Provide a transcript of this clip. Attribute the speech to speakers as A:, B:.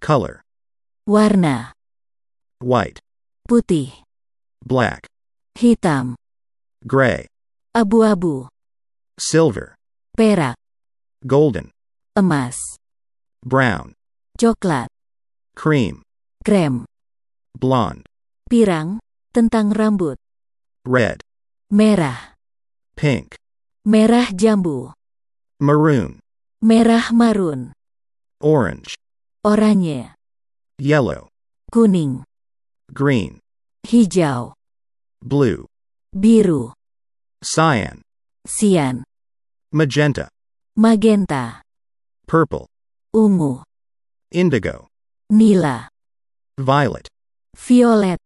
A: Color
B: warna,
A: white,
B: putih,
A: black,
B: hitam,
A: gray,
B: abu-abu,
A: silver,
B: perak,
A: golden,
B: emas,
A: brown,
B: coklat,
A: cream,
B: krem,
A: blonde,
B: pirang, tentang rambut,
A: red,
B: merah,
A: pink,
B: merah jambu,
A: maroon,
B: merah marun,
A: orange,
B: oranye,
A: yellow,
B: kuning,
A: green,
B: hijau,
A: blue,
B: biru,
A: cyan,
B: sian,
A: magenta,
B: magenta,
A: purple,
B: ungu,
A: indigo,
B: nila,
A: violet.
B: violet.